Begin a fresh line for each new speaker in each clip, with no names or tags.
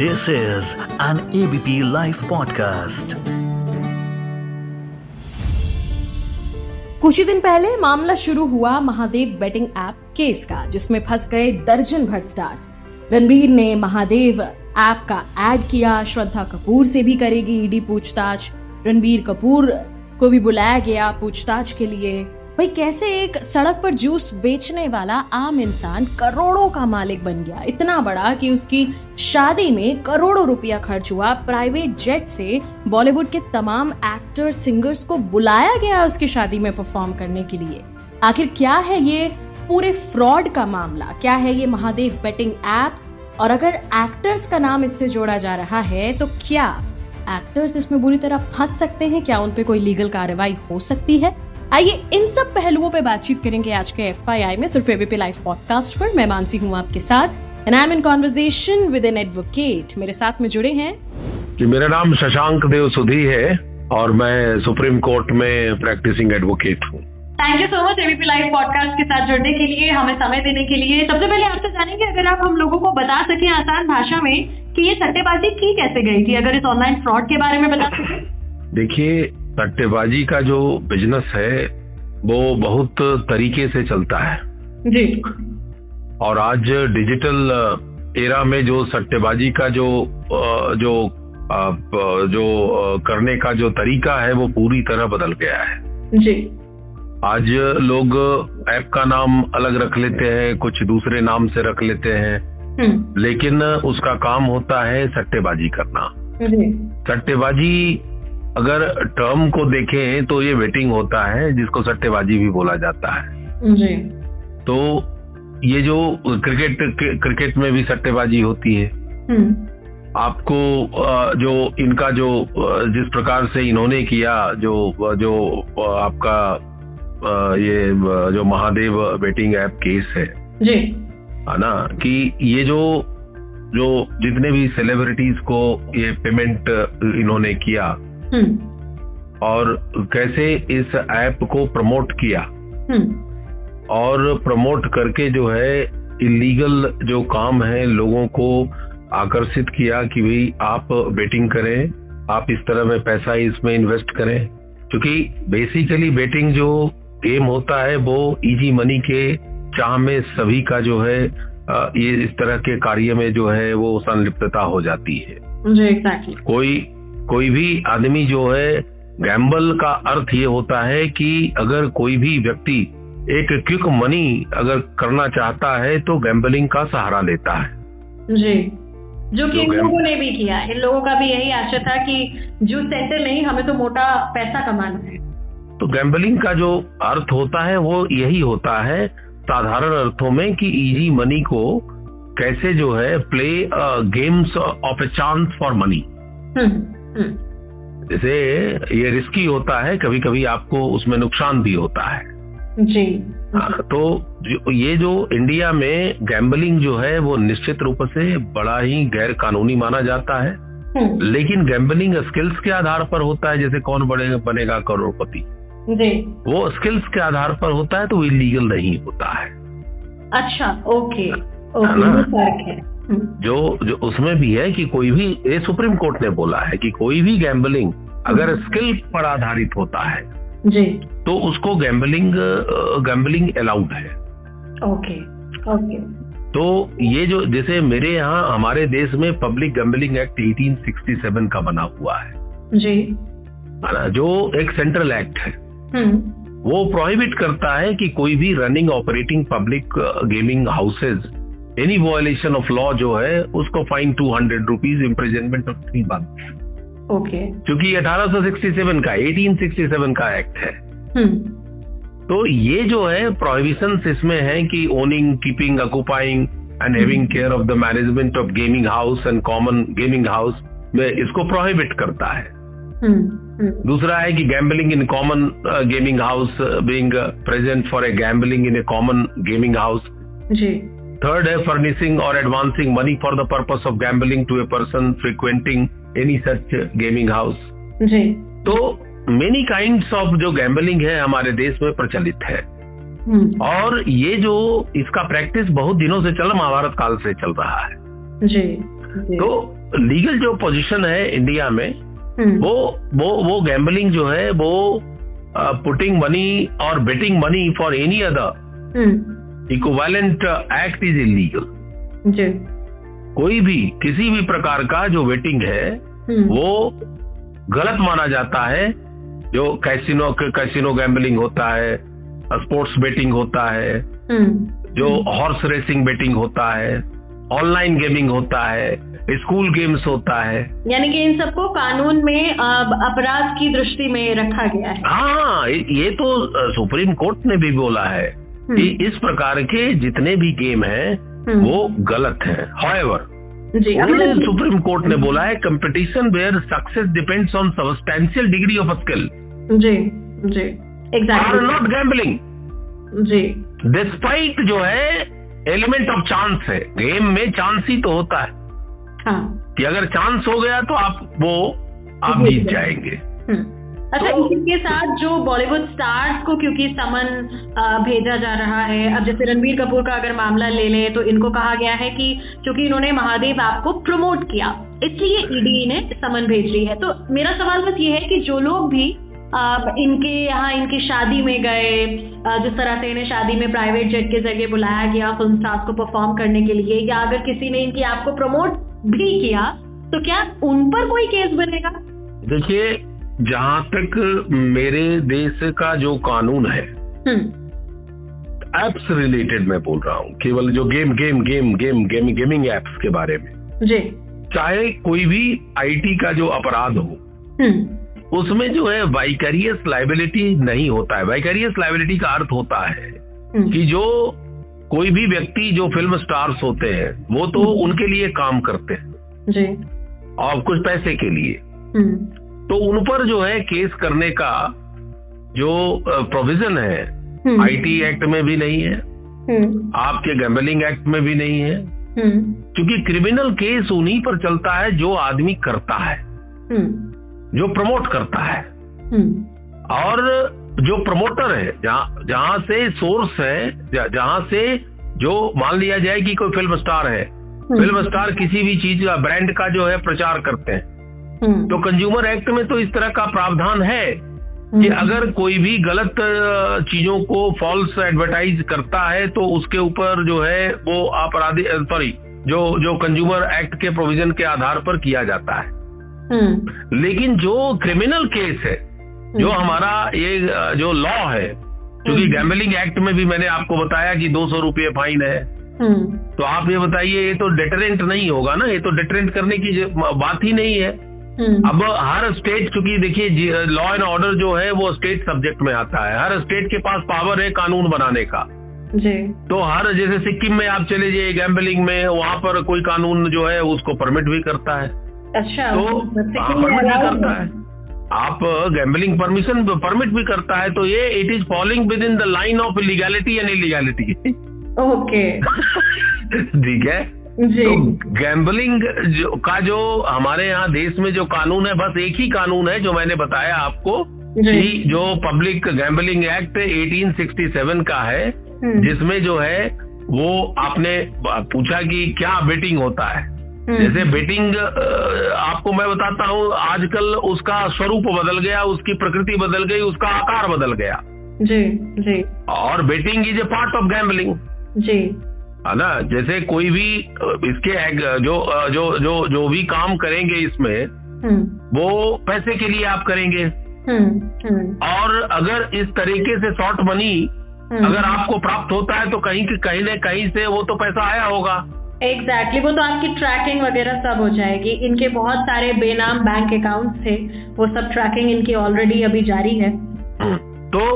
This is an ABP Life podcast.
कुछ ही दिन पहले मामला शुरू हुआ महादेव बेटिंग ऐप केस का जिसमें फंस गए दर्जन भर स्टार्स रणबीर ने महादेव ऐप का ऐड किया श्रद्धा कपूर से भी करेगी ईडी पूछताछ रणबीर कपूर को भी बुलाया गया पूछताछ के लिए भाई कैसे एक सड़क पर जूस बेचने वाला आम इंसान करोड़ों का मालिक बन गया इतना बड़ा कि उसकी शादी में करोड़ों रुपया खर्च हुआ प्राइवेट जेट से बॉलीवुड के तमाम एक्टर सिंगर्स को बुलाया गया उसकी शादी में परफॉर्म करने के लिए आखिर क्या है ये पूरे फ्रॉड का मामला क्या है ये महादेव बेटिंग ऐप और अगर एक्टर्स का नाम इससे जोड़ा जा रहा है तो क्या एक्टर्स इसमें बुरी तरह फंस सकते हैं क्या उन पे कोई लीगल कार्रवाई हो सकती है आइए इन सब पहलुओं पर बातचीत करेंगे आज के एफ में सिर्फ एबीपी लाइव पॉडकास्ट पर मैं मानसी हूँ आपके साथ and I am in conversation with an advocate मेरे साथ में जुड़े हैं
जी मेरा नाम शशांक देव सुधी है और मैं सुप्रीम कोर्ट में प्रैक्टिसिंग एडवोकेट हूँ
thank you so much ABP live podcast के साथ जुड़ने के लिए हमें समय देने के लिए सबसे पहले आपसे जानेंगे अगर आप हम लोगों को बता सकें आसान भाषा में कि ये सट्टेबाजी की कैसे गई थी अगर इस ऑनलाइन फ्रॉड के बारे में बता सकें
देखिए सट्टेबाजी का जो बिजनेस है वो बहुत तरीके से चलता है
जी
और आज डिजिटल एरा में जो सट्टेबाजी का जो अ, जो आप, अ, जो अ, करने का जो तरीका है वो पूरी तरह बदल गया है
जी
आज लोग ऐप का नाम अलग रख लेते हैं कुछ दूसरे नाम से रख लेते हैं
हम्म
लेकिन उसका काम होता है सट्टेबाजी करना
जी
सट्टेबाजी अगर टर्म को देखें तो ये वेटिंग होता है जिसको सट्टेबाजी भी बोला जाता है
जी
तो ये जो क्रिकेट क्रिकेट में भी सट्टेबाजी होती है
हम्म
आपको अ, जो इनका जो अ, जिस प्रकार से इन्होंने किया जो जो अ, आपका अ, ये अ, जो महादेव बेटिंग ऐप केस है
जी
है ना कि ये जो जो जितने भी सेलिब्रिटीज को ये पेमेंट इन्होंने किया
हम्म
और कैसे इस ऐप को प्रमोट किया
हम्म
और प्रमोट करके जो है इलीगल जो काम है लोगों को आकर्षित किया कि भाई आप बेटिंग करें आप इस तरह में पैसा इसमें इन्वेस्ट करें क्योंकि बेसिकली बेटिंग जो गेम होता है वो इजी मनी के चाह में सभी का जो है अ, ये इस तरह के कार्य में जो है वो संलिप्तता हो जाती है
जी एग्जैक्टली
कोई कोई भी आदमी जो है गैम्बल का अर्थ ये होता है कि अगर कोई भी व्यक्ति एक क्विक मनी अगर करना चाहता है तो गैम्बलिंग का सहारा लेता है
जी जो कि इन
लोग हैं।
लोगों ने भी किया इन लोगों का भी यही आशय था कि जूस सेंटर नहीं हमें तो मोटा पैसा कमाना है
तो गैम्बलिंग का जो अर्थ होता है वो यही होता है साधारण अर्थों में कि इजी मनी को कैसे जो है play games of a chance for money
हम्म हम्म
जैसे ये रिस्की होता है कभी कभी आपको उसमें नुकसान भी होता है
जी
हाँ, तो जो- ये जो इंडिया में गैम्बलिंग जो है वो निश्चित रूप से बड़ा ही गैर कानूनी माना जाता है
हम्म,
लेकिन गैम्बलिंग स्किल्स के आधार पर होता है जैसे कौन बने बनेगा करोड़पति
जी
वो स्किल्स के आधार पर होता है तो वो इलीगल नहीं होता है
अच्छा ओके
है
ओके
ना?
ये फर्क है हम्म,
जो जो उसमें भी है कि कोई भी ये सुप्रीम कोर्ट ने बोला है कि कोई भी गैम्बलिंग अगर स्किल पर आधारित होता है
जी
तो उसको गैम्बलिंग गैम्बलिंग अलाउड है
ओके ओके
तो ये जो जैसे मेरे यहाँ हमारे देश में पब्लिक गैम्बलिंग एक्ट 1867 का बना हुआ है
जी
है ना? जो एक सेंट्रल एक्ट है
हम्म
वो प्रोहिबिट करता है कि कोई भी running operating public gaming houses any violation of law जो है उसको fine two hundred rupees imprisonment of three month
okay
क्योंकि ये 1867 का 1867 का एक्ट है
हम्म
तो ये जो है प्रोहिबिशन इसमें है कि owning keeping occupying and having care of the management of gaming house and common gaming house में इसको प्रोहिबिट करता है
हम्म हम्म,
दूसरा है कि gambling in common gaming house being present for a gambling in a common gaming house
जी
third है furnishing और advancing money for the purpose of gambling to a person frequenting any such gaming house
जी
तो many kind of जो gambling है हमारे देश में प्रचलित है
हम्म
और ये जो इसका प्रैक्टिस बहुत दिनों से चल महाभारत काल से चल रहा है
जी जी।
तो लीगल जो पोजीशन है इंडिया में
हम्म,
वो वो वो गैम्बलिंग जो है वो पुटिंग मनी और betting money for any other
हम्म,
इक्वालेंट एक्ट इज इलीगल
जी
कोई भी किसी भी प्रकार का जो वेटिंग है
हम्म,
वो गलत माना जाता है जो कैसिनो कैसिनो गैम्बलिंग होता है स्पोर्ट्स बेटिंग होता है
हम्म,
जो हॉर्स रेसिंग बेटिंग होता है ऑनलाइन गेमिंग होता है स्कूल गेम्स होता है
यानी कि इन सबको कानून में अ, अपराध की दृष्टि में रखा गया है
हाँ ये ये तो अ, सुप्रीम कोर्ट ने भी बोला है कि
हम्म,
इस प्रकार के जितने भी गेम हैं
हम्म,
वो गलत हैं हाउएवर
जी अब
उन्होंने
मैंने-
सुप्रीम कोर्ट ने बोला है competition where success depends on substantial degree of skill
जी जी
आर
एग्जैक्टली
नॉट गैम्बलिंग हाँ।
जी
डिस्पाइट जो है एलिमेंट ऑफ चांस है गेम में चांस ही तो होता है
हाँ
कि अगर चांस हो गया तो आप वो आप
जीत
जीत
गए।
जाएंगे
हम्म। अच्छा
तो-
इसी के साथ जो बॉलीवुड स्टार्स को क्योंकि समन अ, भेजा जा रहा है अब जैसे रणबीर कपूर का अगर मामला ले लें तो इनको कहा गया है कि क्योंकि इन्होंने महादेव ऐप को प्रमोट किया इसलिए ईडी ने समन भेज रही है तो मेरा सवाल बस ये है कि जो लोग भी अ, इनके यहाँ इनकी शादी में गए अ, जिस तरह से इन्हें शादी में प्राइवेट जेट के जरिए बुलाया गया फिल्म स्टार्स को परफॉर्म करने के लिए या अगर किसी ने इनकी ऐप को प्रमोट भी किया तो क्या उन पर कोई केस बनेगा
देखिए जहां तक मेरे देश का जो कानून है
हम्म
एप्स रिलेटेड मैं बोल रहा हूँ केवल जो game game game game game gaming apps के बारे में
जी
चाहे कोई भी आईटी का जो अपराध हो
हम्म
उसमें जो है वाइकरियस लाइबिलिटी नहीं होता है वाइकरियस लाइबिलिटी का अर्थ होता है
हम्म,
कि जो कोई भी व्यक्ति जो फिल्म स्टार्स होते हैं वो तो उनके लिए काम करते हैं
जी
और कुछ पैसे के लिए
हम्म
तो उन पर जो है केस करने का जो प्रोविजन है
हम्म,
आईटी एक्ट में भी नहीं है
हम्म,
आपके गैम्बलिंग एक्ट में भी नहीं है
हम्म,
क्योंकि क्रिमिनल केस उन्हीं पर चलता है जो आदमी करता है
हम्म,
जो प्रमोट करता है
हम्म,
और जो प्रमोटर है जहाँ जहाँ से सोर्स है ज- जहाँ से जो मान लिया जाए कि कोई फिल्म स्टार है फिल्म स्टार किसी भी चीज का ब्रांड का जो है प्रचार करते हैं
हम्म,
तो कंज्यूमर एक्ट में तो इस तरह का प्रावधान है कि अगर कोई भी गलत अ, चीजों को फॉल्स एडवर्टाइज करता है तो उसके ऊपर जो है वो अपराधी सॉरी जो जो कंज्यूमर एक्ट के प्रोविजन के आधार पर किया जाता है
हम्म,
लेकिन जो क्रिमिनल केस है जो हमारा ये अ, जो लॉ है क्योंकि
हम्म।
गैम्बलिंग एक्ट में भी मैंने आपको बताया कि दो सौ रुपये फाइन है
हम्म,
तो आप ये बताइए ये तो डिटरेंट नहीं होगा ना ये तो डिटरेंट करने की ज- बात ही नहीं है
हम्म,
अब हर स्टेट चूंकि देखिए लॉ एंड ऑर्डर जो है वो स्टेट सब्जेक्ट में आता है हर स्टेट के पास पावर है कानून बनाने का
जी
तो हर जैसे सिक्किम में आप चले जाइए गैम्बलिंग में वहां पर कोई कानून जो है उसको परमिट भी करता है
अच्छा
तो
बच्चे
हाँ,
के लिए
परमिट भी
allowed
करता
है।
है आप गैम्बलिंग परमिशन परमिट भी करता है तो ये it is following with in the line of legality and illegality
okay
ठीक है
जी
तो गैम्बलिंग जो, का जो हमारे यहाँ देश में जो कानून है बस एक ही कानून है जो मैंने बताया आपको
जी
कि जो पब्लिक गैम्बलिंग एक्ट 1867 का है
हम्म,
जिसमें जो है वो आपने पूछा कि क्या बेटिंग होता है
हम्म,
जैसे बेटिंग आपको मैं बताता हूँ आजकल उसका स्वरूप बदल गया उसकी प्रकृति बदल गई उसका आकार बदल गया
जी जी
और betting is a part of gambling
जी
है हाँ ना जैसे कोई भी अ, इसके एग- जो अ, जो जो जो भी काम करेंगे इसमें
हम्म,
वो पैसे के लिए आप करेंगे
हम्म, हम्म,
और अगर इस तरीके से शॉर्ट मनी
हम्म।
अगर आपको प्राप्त होता है तो कहीं के- कहीं न कहीं से वो तो पैसा आया होगा
एग्जैक्टली exactly, वो तो आपकी ट्रैकिंग वगैरह सब हो जाएगी इनके बहुत सारे बेनाम बैंक अकाउंट थे वो सब ट्रैकिंग इनकी ऑलरेडी अभी जारी है
तो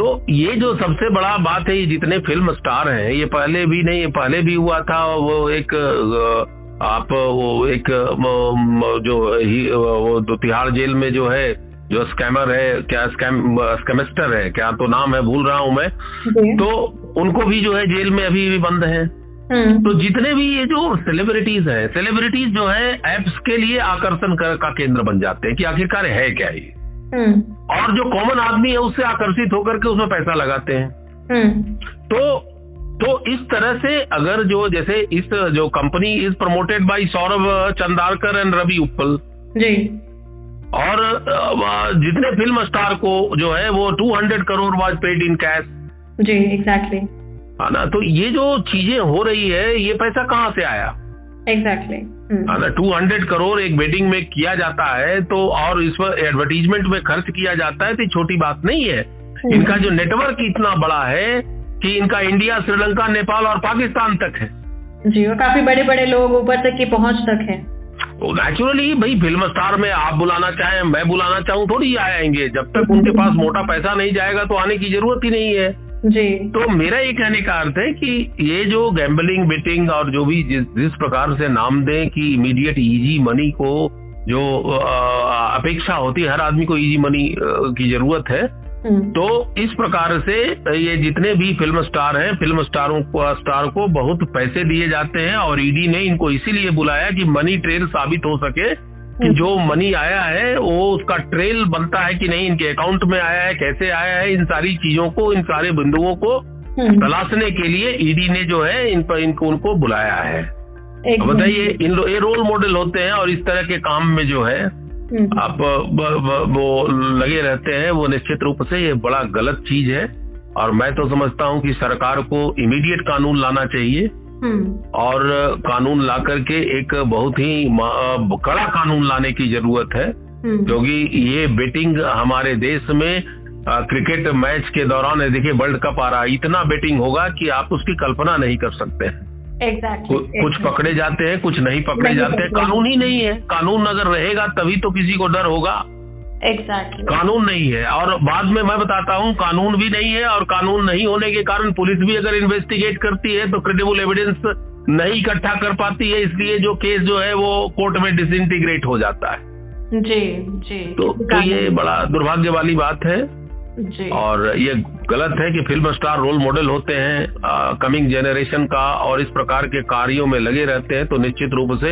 तो ये जो सबसे बड़ा बात है ये जितने फिल्म स्टार हैं ये पहले भी नहीं पहले भी हुआ था वो एक अ, आप वो एक अ, म, जो ही, वो दो- तिहाड़ जेल में जो है जो स्कैमर है क्या स्कैम स्कैमिस्टर है क्या तो नाम है भूल रहा हूं मैं
जी
तो उनको भी जो है जेल में अभी भी बंद है
हम्म,
तो जितने भी ये जो सेलिब्रिटीज हैं सेलिब्रिटीज जो है एप्स के लिए आकर्षण का का केंद्र बन जाते हैं कि आखिरकार है क्या ये
हम्म,
और जो कॉमन आदमी है उससे आकर्षित होकर के उसमें पैसा लगाते हैं
हम्म,
तो तो इस तरह से अगर जो जैसे इस जो company is promoted by Saurabh Chandarkar and Ravi Uppal
ji
और अ, जितने फिल्म स्टार को जो है वो 200 crore was paid in cash
जी एग्जैक्टली
है ना तो ये जो चीजें हो रही है ये पैसा कहाँ से आया
एग्जैक्टली
है ना 200 करोड़ एक वेडिंग में किया जाता है तो और इस पर एडवर्टीजमेंट में खर्च किया जाता है तो ये छोटी बात नहीं है इनका जो नेटवर्क इतना बड़ा है कि इनका इंडिया श्रीलंका नेपाल और पाकिस्तान तक है
जी और काफी बड़े बड़े लोग ऊपर तक की पहुंच तक है
तो नेचुरली भाई फिल्म स्टार में आप बुलाना चाहें मैं बुलाना चाहूँ थोड़ी आएंगे जब तक उनके पास मोटा पैसा नहीं जाएगा तो आने की जरूरत ही नहीं है
जी
तो मेरा ये कहने का अर्थ है कि ये जो गैम्बलिंग बेटिंग और जो भी जिस जिस प्रकार से नाम दें कि इमीडिएट इजी मनी को जो अ, अपेक्षा होती है हर आदमी को इजी मनी की जरूरत है
हम्म,
तो इस प्रकार से ये जितने भी फिल्म स्टार हैं फिल्म स्टारों को स्टार को बहुत पैसे दिए जाते हैं और ईडी ने इनको इसीलिए बुलाया कि मनी ट्रेल साबित हो सके कि जो मनी आया है वो उसका ट्रेल बनता है कि नहीं इनके अकाउंट में आया है कैसे आया है इन सारी चीजों को इन सारे बिंदुओं को
हम्म,
तलाशने के लिए ईडी ने जो है इन पर इनको उनको बुलाया है अब
एक
बताइए इन लो- ये रोल मॉडल होते हैं और इस तरह के काम में जो है
हम्म,
आप ब- ब- वो लगे रहते हैं वो निश्चित रूप से ये बड़ा गलत चीज है और मैं तो समझता हूँ कि सरकार को इमीडिएट कानून लाना चाहिए
हम्म,
और कानून ला करके एक बहुत ही म- कड़ा कानून लाने की जरूरत है तो
हम्म,
क्योंकि ये बेटिंग हमारे देश में अ, क्रिकेट मैच के दौरान ये देखिए वर्ल्ड कप आ रहा है इतना बेटिंग होगा कि आप उसकी कल्पना नहीं कर सकते हैं
exactly,
कु- कुछ
exactly.
पकड़े जाते हैं कुछ नहीं पकड़े
नहीं
जाते हैं
पकड़े
कानून ही नहीं है कानून अगर रहेगा तभी तो किसी को डर होगा
एग्जैक्टली
कानून नहीं है और बाद में मैं बताता हूँ कानून भी नहीं है और कानून नहीं होने के कारण पुलिस भी अगर इन्वेस्टिगेट करती है तो क्रेडिबल एविडेंस नहीं इकट्ठा कर पाती है इसलिए जो केस जो है वो कोर्ट में डिसइंटीग्रेट हो जाता है
जी जी
तो, तो ये बड़ा दुर्भाग्य वाली बात है
जी
और ये गलत है कि फिल्म स्टार रोल मॉडल होते हैं कमिंग जनरेशन का और इस प्रकार के कार्यों में लगे रहते हैं तो निश्चित रूप से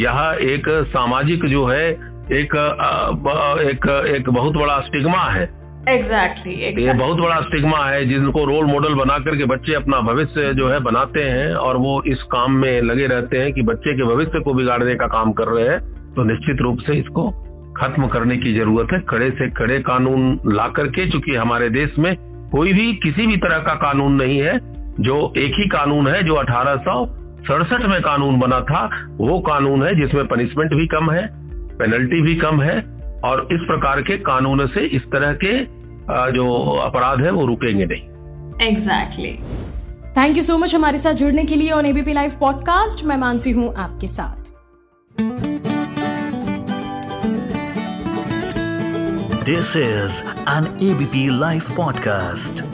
यह एक सामाजिक जो है एक अ, ब- एक एक बहुत बड़ा स्टिग्मा है
एग्जैक्टली
तो ये
एग्जैक्टली
बहुत बड़ा स्टिग्मा है जिनको रोल मॉडल बना करके बच्चे अपना भविष्य जो है बनाते हैं और वो इस काम में लगे रहते हैं कि बच्चे के भविष्य को बिगाड़ने का काम कर रहे हैं तो निश्चित रूप से इसको खत्म करने की जरूरत है कड़े से कड़े कानून ला करके चूंकि हमारे देश में कोई भी किसी भी तरह का कानून नहीं है जो एक ही कानून है जो अठारह सौ सड़सठ में कानून बना था वो कानून है जिसमें पनिशमेंट भी कम है पेनल्टी भी कम है और इस प्रकार के कानून से इस तरह के अ, जो अपराध है वो रुकेंगे नहीं
exactly
thank you so much हमारे साथ जुड़ने के लिए ऑन एबीपी लाइव पॉडकास्ट मैं मानसी हूँ आपके साथ
This is an ABP Life podcast.